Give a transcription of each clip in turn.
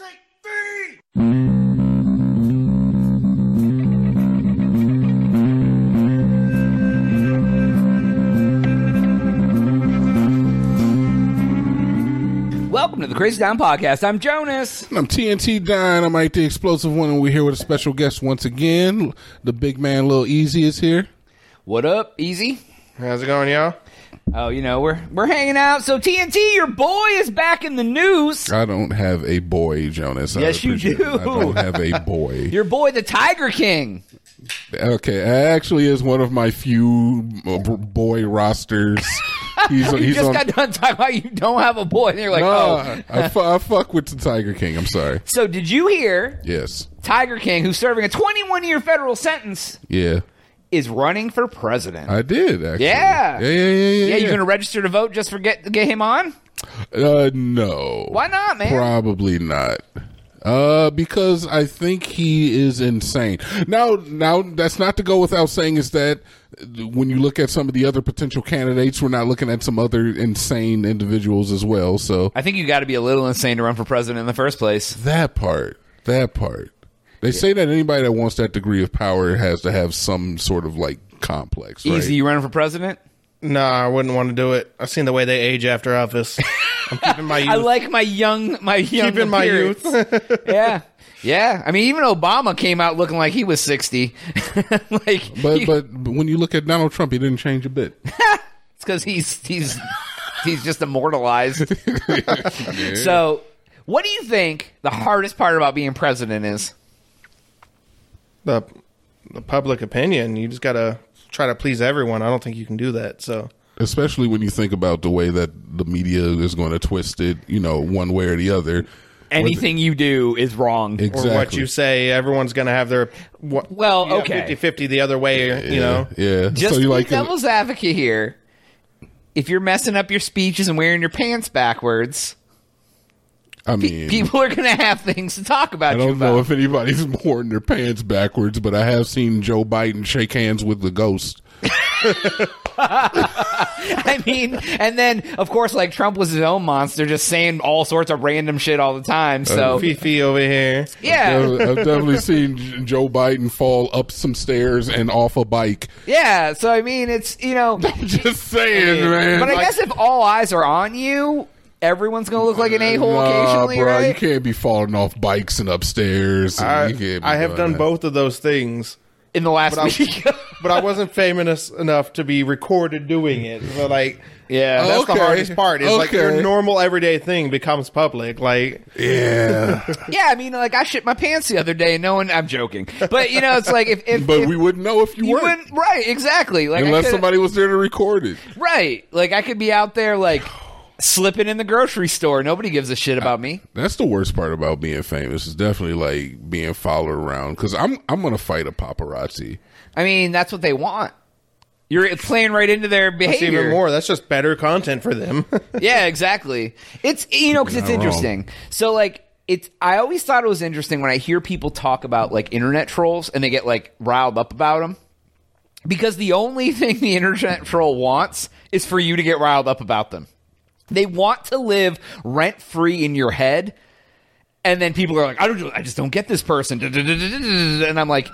take three! Welcome to the Crazy Town Podcast. I'm Jonas. I'm TNT Don. I'm Ike the Explosive One, and we're here with a special guest once again. The big man, Lil Easy, is here. What up, Easy? How's it going, y'all? Oh, you know we're we're hanging out. So TNT, your boy is back in the news. I don't have a boy, Jonas. I Yes, you appreciate it. I do. don't have a boy. Your boy, the Tiger King. okay, I actually is one of my few uh, b- boy rosters. He's, You just got done talking about you don't have a boy, and you're like, oh. Nah, I, fu- I fuck with the Tiger King. I'm sorry. So did you hear Yes. Tiger King, who's serving a 21 year federal sentence, Yeah. is running for president? I did, actually. Yeah. Yeah, yeah, yeah, yeah. yeah, yeah. you're gonna register to vote just for get get him on. Uh, no. Why not, man? Probably not. Uh, because I think he is insane. Now, now that's not to go without saying is that when you look at some of the other potential candidates, we're not looking at some other insane individuals as well. So I think you got to be a little insane to run for president in the first place. that part, that part, they say that anybody that wants that degree of power has to have some sort of like complex. Right? Easy, you running for president? Nah, I wouldn't want to do it. I've seen the way they age after office. I'm keeping my youth. I like my young, my young. keeping my appearance. youth. yeah, yeah. I mean, even Obama came out looking like he was sixty. like, But he- but when you look at Donald Trump, he didn't change a bit. it's because he's he's he's just immortalized. So, what do you think the hardest part about being president is? the, the public opinion. You just gotta try to please everyone. I don't think you can do that. So especially when you think about the way that the media is going to twist it, you know, one way or the other. Anything you do is wrong. or what you say, everyone's gonna have their what, Well, okay. 50-50 the other way. You know, yeah. Just to you be devil's advocate here, if you're messing up your speeches and wearing your pants backwards, I pe- mean, people are going to have things to talk about I you don't about. know if anybody's worn their pants backwards, but I have seen Joe Biden shake hands with the ghost. I mean, and then of course, like Trump was his own monster, just saying all sorts of random shit all the time. Oh, So Fifi over here. yeah, I've I've definitely seen J- Joe Biden fall up some stairs and off a bike. yeah. So I mean, it's you know, Just saying, man. but I guess if all eyes are on you, everyone's going to look like an a hole Nah, occasionally, bro, you right? can't be falling off bikes and upstairs. and I, you can't be I have doing done that. both of those things, In the last But I- week, but I wasn't famous enough to be recorded doing it. So like. yeah. That's Okay. the hardest part. It's like your Okay. normal everyday thing becomes public. Like Yeah. Yeah, I mean, like I shit my pants the other day, and no one. I'm joking, but you know, it's like if, if But if we wouldn't know if you, you weren't. wouldn't, right? Exactly. Like I Unless coulda- somebody was there to record it. right? Like I could be out there like slipping in the grocery store. Nobody gives a shit about me. That's the worst part about being famous is definitely like being followed around because I'm I'm gonna fight a paparazzi. I mean, that's what they want. You're playing right into their That's behavior. even more. That's just better content for them. Yeah, exactly. It's you know 'cause it's Not wrong. interesting. So like it's I always thought it was interesting when I hear people talk about like internet trolls and they get like riled up about them because the only thing the internet troll wants is for you to get riled up about them. They want to live rent free in your head. And then people are like, I don't, I just don't get this person. And I'm like,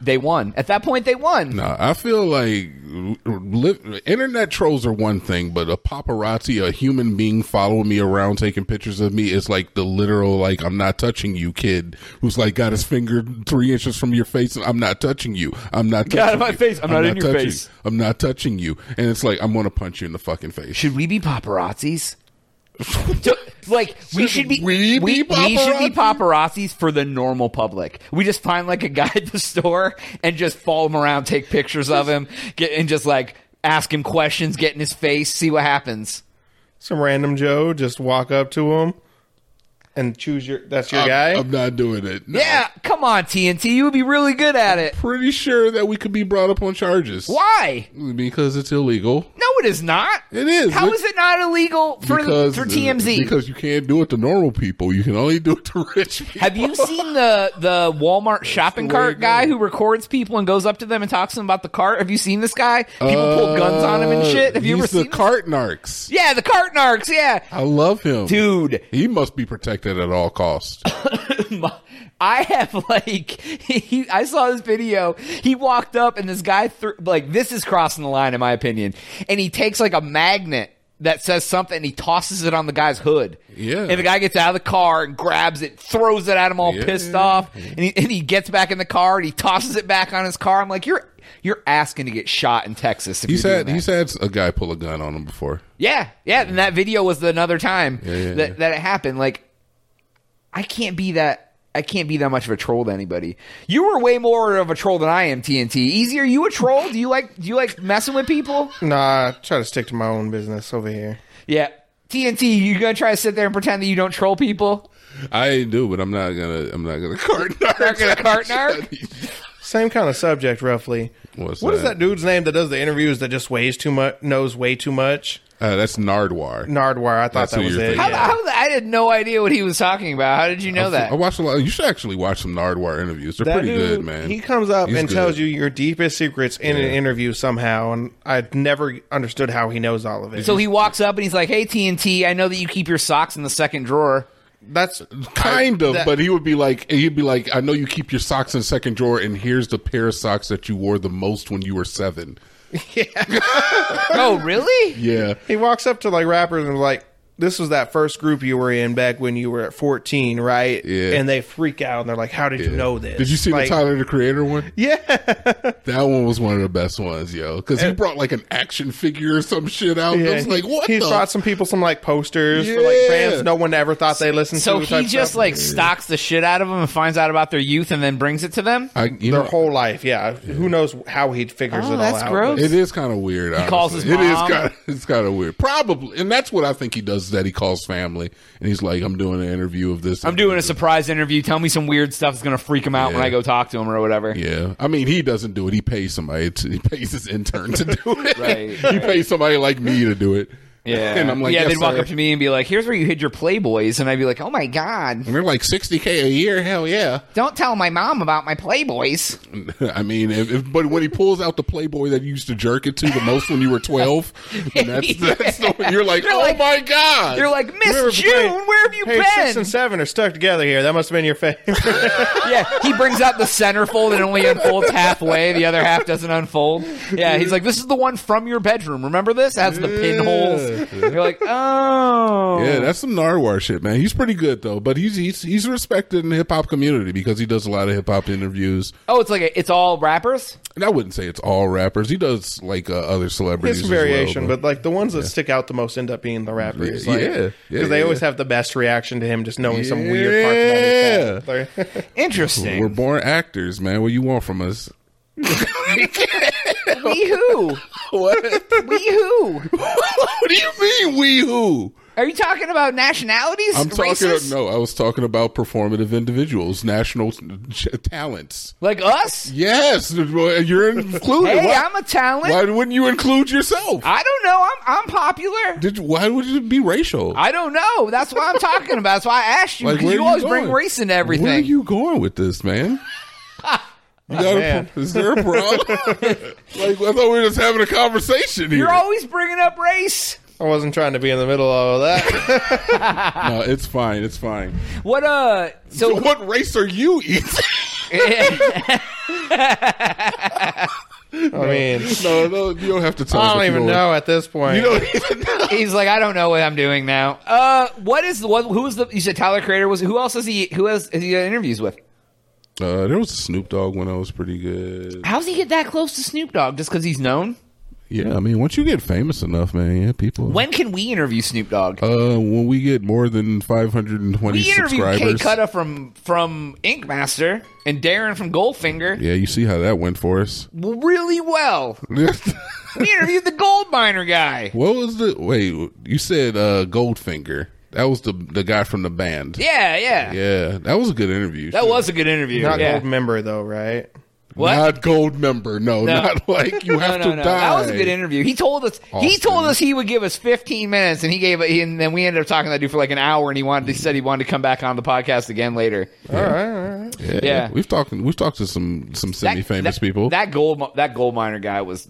they won. At that point, they won. Now Uh, I feel like li- internet trolls are one thing, but a paparazzi, a human being following me around taking pictures of me, is like the literal like I'm not touching you kid who's like got his finger three inches from your face and I'm not touching you. I'm not touching out of my you. face. I'm not in your touching face." you. I'm not touching you. And it's like I'm gonna punch you in the fucking face. Should we be paparazzis? Do- like we should be we be should be paparazzi? paparazzis for the normal public. We just find like a guy at the store and just follow him around, take pictures of him, get and just like ask him questions, get in his face, see what happens. Some random Joe just walk up to him and choose your. That's your I'm, guy. I'm not doing it. No. Yeah, come on TNT, you would be really good at it. pretty sure that we could be brought up on charges. Why? Because it's illegal. No, it is not. It is. How is it not illegal for Because, for TMZ? Because you can't do it to normal people. You can only do it to rich people. Have you seen the the Walmart shopping the way cart it guy goes. who records people and goes up to them and talks to them about the cart? Have you seen this guy? People pull guns on him and Uh, shit. Have you ever he's seen the this? cart narcs? Yeah, the cart narcs. Yeah, I love him, dude. He must be protected at all costs. I have like he, I saw this video. He walked up and this guy thr like this is crossing the line in my opinion. And he takes like a magnet that says something and he tosses it on the guy's hood. Yeah. And the guy gets out of the car and grabs it, throws it at him all Yeah. pissed off. And he, and he gets back in the car and he tosses it back on his car. I'm like, you're you're asking to get shot in Texas. If He's you're doing had that. he's had a guy pull a gun on him before. Yeah, yeah, and that video was another time yeah, that, yeah. that it happened. Like, I can't be that. I can't be that much of a troll to anybody. You were way more of a troll than I am, TNT. Easy, are you a troll? Do you like do you like messing with people? Nah, I try to stick to my own business over here. Yeah, TNT, you gonna try to sit there and pretend that you don't troll people? I do, but I'm not gonna I'm not gonna cart Not gonna cart narc? Same kind of subject, roughly. What's What is that? that dude's name that does the interviews that just weighs too much, knows way too much? Uh, that's Nardwar. Nardwire. I thought That's that who was you're it. thinking How, of. Yeah. how, I had no idea what he was talking about. How did you know that? I watched a lot. You should actually watch some Nardwar interviews. They're That pretty dude, good, man. He comes up He's and good. tells you your deepest secrets in an interview somehow, and I never understood how he knows all of it. So he walks up and he's like, "Hey TNT, I know that you keep your socks in the second drawer." that's kind of, that- but he would be like, he'd be like, I know you keep your socks in second drawer, and here's the pair of socks that you wore the most when you were seven. oh, really? Yeah, He walks up to like rappers and like, "This was that first group you were in back when you were at 14, right?" Yeah. And they freak out and they're like, "How did you know this? Did you see Like, the Tyler the Creator one? Yeah, That one was one of the best ones, yo. Because he brought like an action figure or some shit out. I was he- like, what? He's the? brought some people some like posters for like Yeah. bands no one ever thought they listened So to. he type just stuff. like stalks the shit out of them and finds out about their youth and then brings it to them. I, you their know, whole life. Yeah. who knows how he figures Oh, it all that's out? gross. It is kind of weird. He calls his It is mom. kind. It's kind of weird. Probably, and that's what I think he does. Is that he calls family and he's like, "I'm doing an interview of this. I'm doing a surprise interview. Tell me some weird stuff that's gonna freak him out when Yeah. I go talk to him or whatever. Yeah, I mean, he doesn't do it. He pays somebody. To, he pays his intern to do it. Right, he pays somebody like me to do it. Yeah, and I'm like, yeah. yes, they'd walk sir." up to me and be like, "Here's where you hid your Playboys," and I'd be like, "Oh my god, And they're like 60k a year. Hell yeah. don't tell my mom about my Playboys." I mean, if, if, but when he pulls out the Playboy that you used to jerk it to the most when you were 12, then that's, that's the one you're like, You're oh like- my god. You're like, Remember Miss June, playing- where have you Hey, six been? and seven are stuck together here. That must have been your favorite. yeah, he brings out the centerfold and only unfolds halfway. The other half doesn't unfold. Yeah, he's like, "This is the one from your bedroom. Remember this?" It has the pinholes. You're like, "Oh, Yeah, that's some Narwhal shit, man. He's pretty good though, but he's he's he's respected in the hip hop community because he does a lot of hip hop interviews. Oh, it's like a, it's all rappers. And I wouldn't say it's all rappers. He does like uh, other celebrities. It's as well, variation, but like the ones that stick out the most end up being the rappers. Yeah, like, yeah, yeah, they yeah. always have the best reaction to him just knowing some weird part about his past. Interesting. we're born actors, man. What you want from us? we who? What? what We who? do you mean we who? Are you talking about nationalities? I'm talking. Races? No, I was talking about performative individuals, national t- talents. Like us? Yes, you're included. Hey, why, I'm a talent. why wouldn't you include yourself? I don't know. I'm I'm popular. Did why would you be racial? I don't know. That's what I'm talking about. That's why I asked you. Like, because where you are always going? bring race into Where are everything. you going with this, man? You Oh, got a, man. pro- is there a problem? like I thought we were just having a conversation here. You're always bringing up race. I wasn't trying to be in the middle of all that. no, it's fine. It's fine. What uh? So So what race are you eating? I mean, no, no, you don't have to tell. I us don't if you even know at this point. You don't even know. he's like, I don't know what I'm doing now. Uh, what is the what? Who is the? You said Tyler Creator was. Who else is he? Who else is he got interviews with? Uh, there was a Snoop Dogg when I was pretty good. How's he get that close to Snoop Dogg? Just because he's known? Yeah, I mean, once you get famous enough, man, yeah, people. When can we interview Snoop Dogg? Uh, when we get more than 520 we interviewed Kay subscribers. Cutta from from Ink Master and Darren from Goldfinger yeah, you see how that went for us. really well. We interviewed the gold miner guy. What was the wait? You said uh, Goldfinger. That was the the guy from the band. Yeah, yeah. Yeah, that was a good interview. That was a good interview. Not yeah. gold member though, right? What? not gold member. No, not like you no, have no, to no. die. That was a good interview. He told us he Austin. told us he would give us 15 minutes and he gave it and then we ended up talking to that dude for like an hour and he wanted he said he wanted to come back on the podcast again later. All right, all right. Yeah, Yeah. we've talked. We've talked to some some semi famous that- people. That gold mi- that gold miner guy was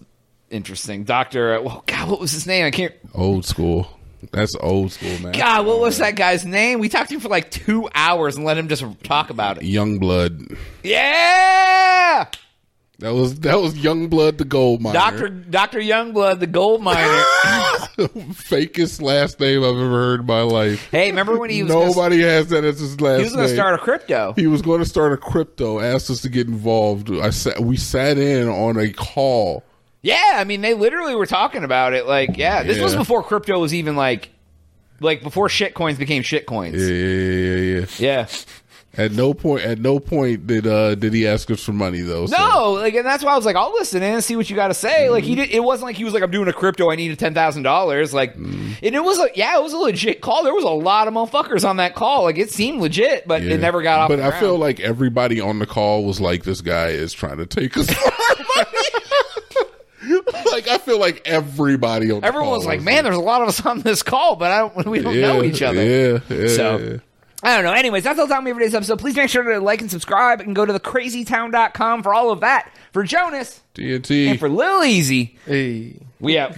interesting. Doctor, oh god, what was his name? I can't Old school. That's old school, man. God, what was that guy's name? We talked to him for like two hours and let him just talk about it. Young blood. Yeah, That was that was young blood the gold miner. Doctor Doctor Youngblood, the gold miner. fakest last name I've ever heard in my life. hey, remember when he was gonna- Nobody has that as his last he was going to name. start a crypto? he was going to start a crypto. Asked us to get involved. I sat, we sat in on a call. Yeah, I mean, they literally were talking about it. Like, yeah, this was Yeah. before crypto was even like, like before shitcoins became Yeah, shitcoins. yeah, yeah, yeah. Yeah. At no point, at no point did uh did he ask us for money though. so- No, like, and that's why I was like, I'll listen in and see what you got to say. Like, Mm-hmm. he did. It wasn't like he was like, I'm doing a crypto. I needed ten thousand dollars. Like, Mm-hmm. and it was like, yeah, it was a legit call. There was a lot of motherfuckers on that call. Like, it seemed legit, but Yeah. it never got off. But the I ground. feel like everybody on the call was like, "This guy is trying to take us." like I feel like everybody on the everyone call was like, man, there's a lot of us on this call, but I don't. We don't know each other. Oh, Yeah, yeah. So I don't know. Anyways, that's all the time we have for today's episode. Please make sure to like and subscribe and go to thecrazytown.com for all of that. For Jonas TNT. and for Lil Easy, Hey. we out.